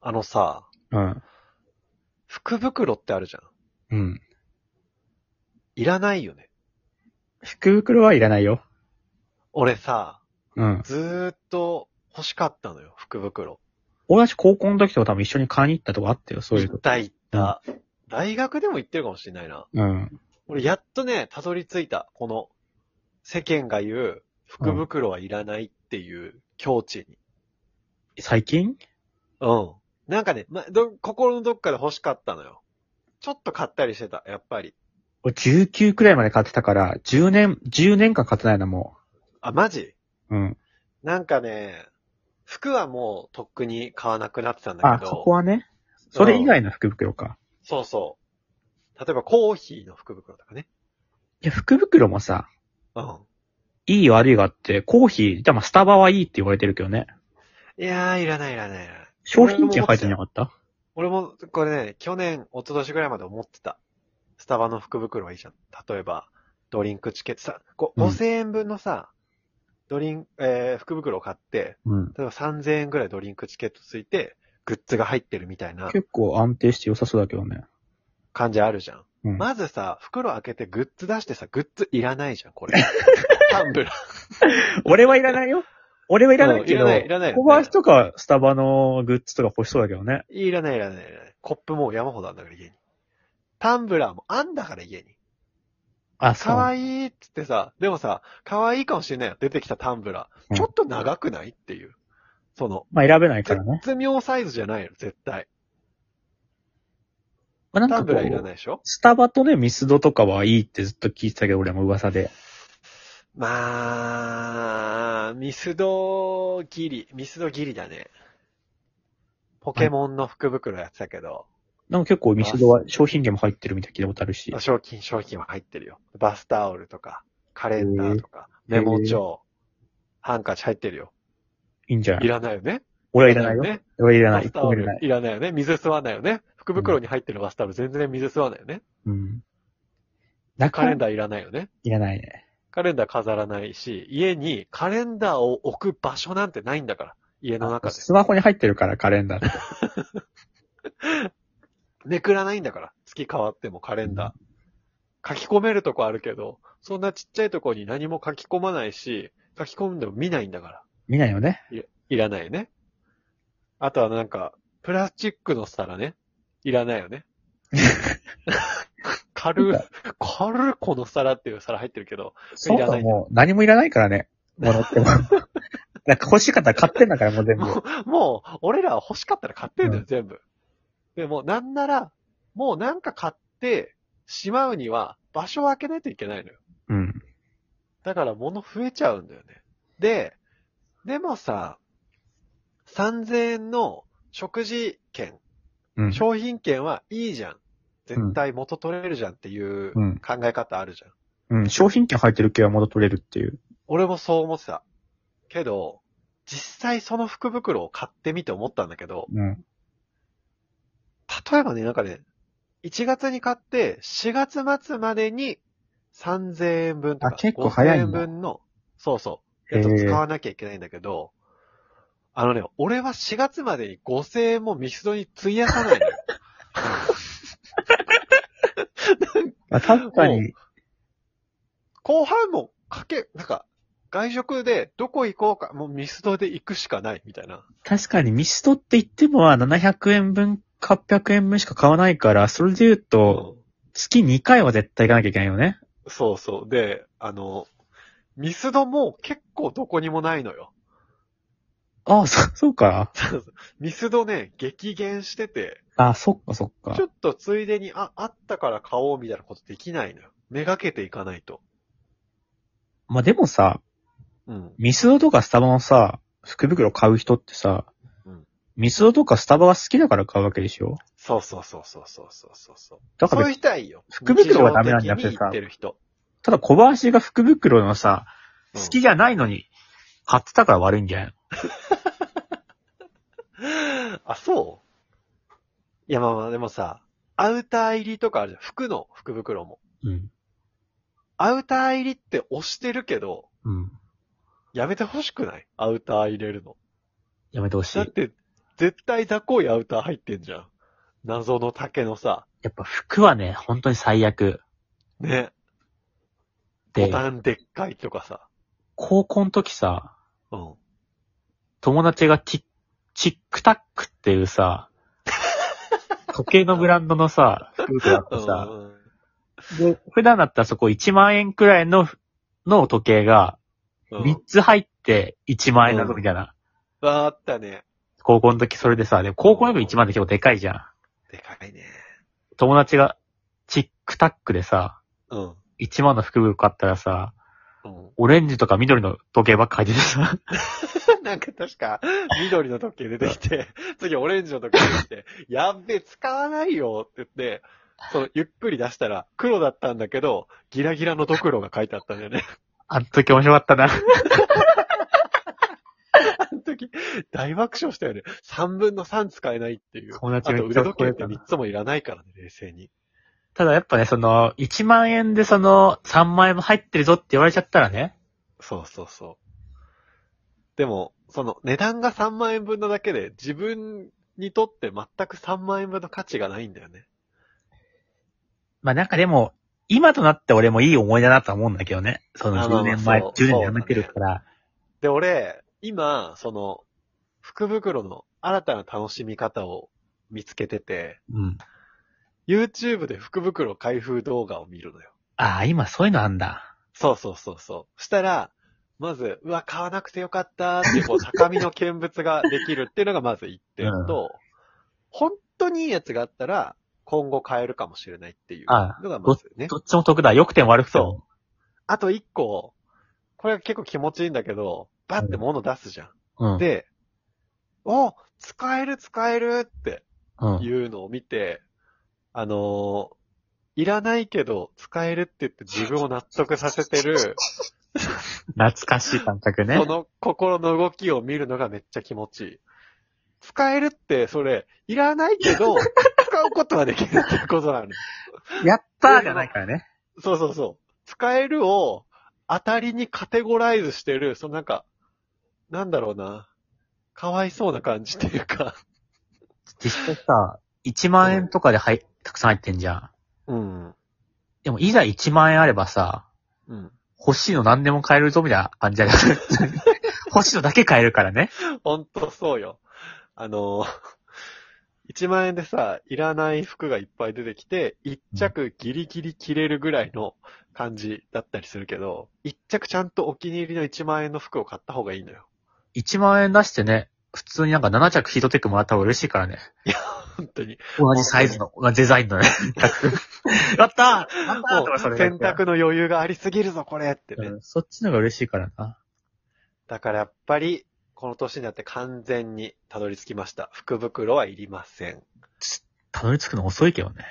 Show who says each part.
Speaker 1: あのさ、
Speaker 2: うん。
Speaker 1: 福袋ってあるじゃん。
Speaker 2: うん。
Speaker 1: いらないよね。
Speaker 2: 福袋はいらないよ。
Speaker 1: 俺さ、
Speaker 2: うん。
Speaker 1: ずーっと欲しかったのよ、福袋。
Speaker 2: 俺たち高校の時とか多分一緒に買いに行ったとこあったよ、そういう
Speaker 1: 行っ
Speaker 2: の。
Speaker 1: た行った。大学でも行ってるかもしれないな。
Speaker 2: うん。
Speaker 1: 俺やっとね、たどり着いた。この、世間が言う、福袋はいらないっていう境地に。
Speaker 2: 最近
Speaker 1: うん。なんかね、ま、ど、心のどっかで欲しかったのよ。ちょっと買ったりしてた、やっぱり。
Speaker 2: 俺19くらいまで買ってたから、10年、10年間買ってないな、も
Speaker 1: あ、マジ
Speaker 2: う。うん。
Speaker 1: なんかね、服はもうとっくに買わなくなってたんだ
Speaker 2: あ、
Speaker 1: けど。
Speaker 2: そこはね。それ以外の福袋か。
Speaker 1: そうそう。例えばコーヒーの福袋とかね。
Speaker 2: いや、福袋もさ、
Speaker 1: うん。
Speaker 2: いい悪いがあって、コーヒー、でもスタバはいいって言われてるけどね。
Speaker 1: いやー、いらないいらないいらない。
Speaker 2: 商品券入ってなかった
Speaker 1: 俺も、これね、去年、一昨年ぐらいまで思ってた。スタバの福袋はいいじゃん。例えば、ドリンクチケットさ、こう
Speaker 2: うん
Speaker 1: 5000円分のさ、ドリン、えー、福袋を買って、
Speaker 2: うん。
Speaker 1: 例えば3000円ぐらいドリンクチケットついて、グッズが入ってるみたいな
Speaker 2: 結構安定して良さそうだけどね。
Speaker 1: 感じあるじゃん。
Speaker 2: うん
Speaker 1: まずさ、袋開けてグッズ出してさ、グッズいらないじゃん、 これ。タンブラー。
Speaker 2: 俺はいらないよ。俺はいらないけど、
Speaker 1: うんいらないいらない
Speaker 2: 小林とかスタバのグッズとか欲しそうだけどね。
Speaker 1: いらないいらないいらない。コップもう山ほどあんだから家に。タンブラーもあんだから家に。
Speaker 2: あ、
Speaker 1: かわいいっつってさ、でもさ、かわいいかもしれないよ。出てきたタンブラ
Speaker 2: う
Speaker 1: ー。
Speaker 2: ん
Speaker 1: ちょっと長くないっていう。その、
Speaker 2: まあ選べないからね。
Speaker 1: 絶妙サイズじゃないの、絶対。
Speaker 2: まあ、な
Speaker 1: タ
Speaker 2: ん
Speaker 1: ンブ
Speaker 2: かこ
Speaker 1: ラーいら
Speaker 2: う、
Speaker 1: ないでしょ
Speaker 2: スタバとね、ミスドとかはいいってずっと聞いてたけど、俺も噂で。
Speaker 1: まあ、ミスドギリ、ミスドギリだね。ポケモンの福袋やってたけど、
Speaker 2: なんか結構ミスドは商品券も入ってるみたいな聞いたことあるし。
Speaker 1: 賞金、賞金は入ってるよ。バスタオルとか、カレンダーとか、メモ帳、ハンカチ入ってるよ。
Speaker 2: いいんじゃないい
Speaker 1: らないよね。
Speaker 2: 俺はいらないよ。
Speaker 1: ね。
Speaker 2: 俺はいらな
Speaker 1: バ
Speaker 2: い。
Speaker 1: ス
Speaker 2: 一
Speaker 1: タ
Speaker 2: 個
Speaker 1: オ
Speaker 2: もいら
Speaker 1: ル
Speaker 2: ない。
Speaker 1: いらないよね。水吸わないよね。福袋に入ってるバスタオル全然水吸わないよね。
Speaker 2: うん。な
Speaker 1: カレンダ
Speaker 2: ダー
Speaker 1: ーいらないよね。
Speaker 2: いらないね。
Speaker 1: カレンダー飾らないし、家にカレンダーを置く場所なんてないんだから。家の中で。
Speaker 2: スマホに入ってるから、カレンダー。
Speaker 1: めくらないんだから。月変わってもカレンダー。書き込めるとこあるけど、そんなちっちゃいとこに何も書き込まないし、書き込んでも見ないんだから。
Speaker 2: 見ないよね。
Speaker 1: いらないよね。あとはなんか、プラスチックの皿ね。いらないよね。軽い、軽いこの皿っていう皿入ってるけど、
Speaker 2: そう
Speaker 1: いら
Speaker 2: だ、
Speaker 1: ない
Speaker 2: もう何もいらないからね。もらっても。 なんか欲しかったら買ってんだから、もう全部。
Speaker 1: もう、もう俺らは欲しかったら買ってんだよ、全部。でも、なんなら、もうなんか買ってしまうには場所を空けないといけないのよ。
Speaker 2: うん。
Speaker 1: だから物増えちゃうんだよね。で、でもさ、3000円の食事券
Speaker 2: うん。
Speaker 1: 商品券はいいじゃん。絶対元取れるじゃんっていう
Speaker 2: うん。
Speaker 1: 考え方あるじゃん。
Speaker 2: うん。商品券入ってる系は戻取れるっていう。
Speaker 1: 俺もそう思ってた。けど、実際その福袋を買ってみて思ったんだけど、
Speaker 2: うん。
Speaker 1: 例えばね、なんかね、1月に買って4月末までに3000円分と
Speaker 2: あ
Speaker 1: か
Speaker 2: 結構早い
Speaker 1: 5000
Speaker 2: んだ
Speaker 1: 円分の、そうそう、
Speaker 2: へ
Speaker 1: や
Speaker 2: ー
Speaker 1: つを使わなきゃいけないんだけど、あのね、俺は4月までに5000円もミスドに費やさないのよ。
Speaker 2: まあ、確かに、
Speaker 1: 後半もかけ、なんか、外食でどこ行こうか、もうミスドで行くしかないみたいな。
Speaker 2: 確かにミストって言ってもは700円分、800円分しか買わないから、それで言うと、月2回は絶対行かなきゃいけないよね。
Speaker 1: そうそう。で、あの、ミスドも結構どこにもないのよ。
Speaker 2: ああ、そ、そうか。
Speaker 1: ミスドね、激減してて、
Speaker 2: ああ、そっかそっか
Speaker 1: ち。ょっとついでに、あ、あったから買おうみたいなことできないのよ。めがけていかないと。
Speaker 2: まあ、でもさ、
Speaker 1: うん。
Speaker 2: ミスドとかスタバのさ、福袋買う人ってさ、
Speaker 1: うん
Speaker 2: ミスドとかスタバが好きだから買うわけでしょ
Speaker 1: そうそうそうそうそうそうそうそう。
Speaker 2: だか
Speaker 1: そう
Speaker 2: ら
Speaker 1: いう、人はいいよ。
Speaker 2: 福袋はダメなんじゃなく
Speaker 1: 日
Speaker 2: てさ
Speaker 1: 常的に行ってる人。
Speaker 2: ただ小林が福袋のさ、
Speaker 1: うん
Speaker 2: 好きじゃないのに、買ってたから悪いんじゃないの
Speaker 1: あ、そういや、まあまあ、でもさ、アウター入りとかあるじゃん。服の福袋も。
Speaker 2: うん。
Speaker 1: アウター入りって押してるけど、
Speaker 2: うん。
Speaker 1: やめてほしくないアウター入れるの。
Speaker 2: やめてほし
Speaker 1: だっ
Speaker 2: い。
Speaker 1: て、絶対ダコいアウター入ってんじゃん。謎の竹のさ、
Speaker 2: やっぱ服はね、本当に最悪。
Speaker 1: ね、ボ
Speaker 2: で、
Speaker 1: タンでっかいとかさ、
Speaker 2: 高校の時さ、
Speaker 1: うん。
Speaker 2: 友達がチッ、チックタックっていう さ、時計のブランドのさ、服があってさ、
Speaker 1: うん
Speaker 2: で、普段だったらそこ1万円くらいの、の時計が、
Speaker 1: うん
Speaker 2: 3つ入って1万円だぞみたいな。
Speaker 1: あったね。
Speaker 2: 高校の時それでさ、でも高校の時1万円って結構でかいじゃん。
Speaker 1: でかいね。
Speaker 2: 友達が、チックタックでさ、
Speaker 1: うん。
Speaker 2: 1万の服買ったらさ、
Speaker 1: うん、
Speaker 2: オレンジとか緑の時計ばっか入っててさ、
Speaker 1: なんか確か、緑の時計出てきて、次オレンジの時計出てきて、やっべえ、使わないよって言って、その、ゆっくり出したら、黒だったんだけど、ギラギラのドクロが書いてあったんだ よね。
Speaker 2: あの時面白かったな。
Speaker 1: あの時、大爆笑したよね。3分の3使えないっていう。
Speaker 2: 友
Speaker 1: あ
Speaker 2: 達
Speaker 1: と
Speaker 2: が言っ
Speaker 1: 腕
Speaker 2: てた
Speaker 1: 時計って3つもいらないからね、冷静に。
Speaker 2: ただやっぱね、その、1万円でその、3万円も入ってるぞって言われちゃったらね、
Speaker 1: そうそうそう。でも、その値段が3万円分なだけで、自分にとって全く3万円分の価値がないんだよね。
Speaker 2: まあなんかでも、今となって俺もいい思い出だなとは思うんだけどね。その
Speaker 1: あまあ
Speaker 2: 10年前、
Speaker 1: そう
Speaker 2: 10年でやめてるから。
Speaker 1: で、俺、今、その、福袋の新たな楽しみ方を見つけてて、
Speaker 2: うん。
Speaker 1: YouTube で福袋開封動画を見るのよ。
Speaker 2: ああ、今そういうのあんだ。
Speaker 1: そうそうそうそう。したら、まず、うわ、買わなくてよかったーって、こう、高みの見物ができるっていうのがまず一点と、本当にいいやつがあったら、今後買えるかもしれないっていう
Speaker 2: あ
Speaker 1: のがまずね。
Speaker 2: どっちも得だ。良くても悪くても。
Speaker 1: あと一個、これは結構気持ちいいんだけど、バッて物出すじゃん。
Speaker 2: うん。
Speaker 1: で、お使える使えるって
Speaker 2: うん。
Speaker 1: いうのを見て、あのーいらないけど使えるって言って自分を納得させてる、
Speaker 2: 懐かしい感覚ね
Speaker 1: そ。の心の動きを見るのがめっちゃ気持ちいい。使えるって、それ、いらないけ ど、使うことはできるっていうことなの。
Speaker 2: やったーじゃないからね。
Speaker 1: そうそうそう。使えるを当たりにカテゴライズしてる、そのなんか、なんだろうな。かわいそうな感じっていうか。
Speaker 2: 実際さ、1万円とかではい、たくさん入ってんじゃん。
Speaker 1: うん。
Speaker 2: でもいざ1万円あればさ、
Speaker 1: うん。
Speaker 2: 欲しいの何でも買えるぞみたいな感じだよね。 欲しいのだけ買えるからね。
Speaker 1: ほんとそうよ。あの ー、1万円でさ、いらない服がいっぱい出てきて、1着ギリギリ着れるぐらいの感じだったりするけど、1着ちゃんとお気に入りの1万円の服を買った方がいいのよ。
Speaker 2: 1万円出してね、普通になんか7着ヒートテックもらった方が嬉しいからね。
Speaker 1: 本当に。
Speaker 2: 同じサイズの、同じデザインのね。 やったーやっ
Speaker 1: もう選択の余裕がありすぎるぞ、これってね。
Speaker 2: うんそっちの方が嬉しいからな。
Speaker 1: だからやっぱり、この年になって完全にたどり着きました。福袋はいりません。
Speaker 2: たどり着くの遅いけどね。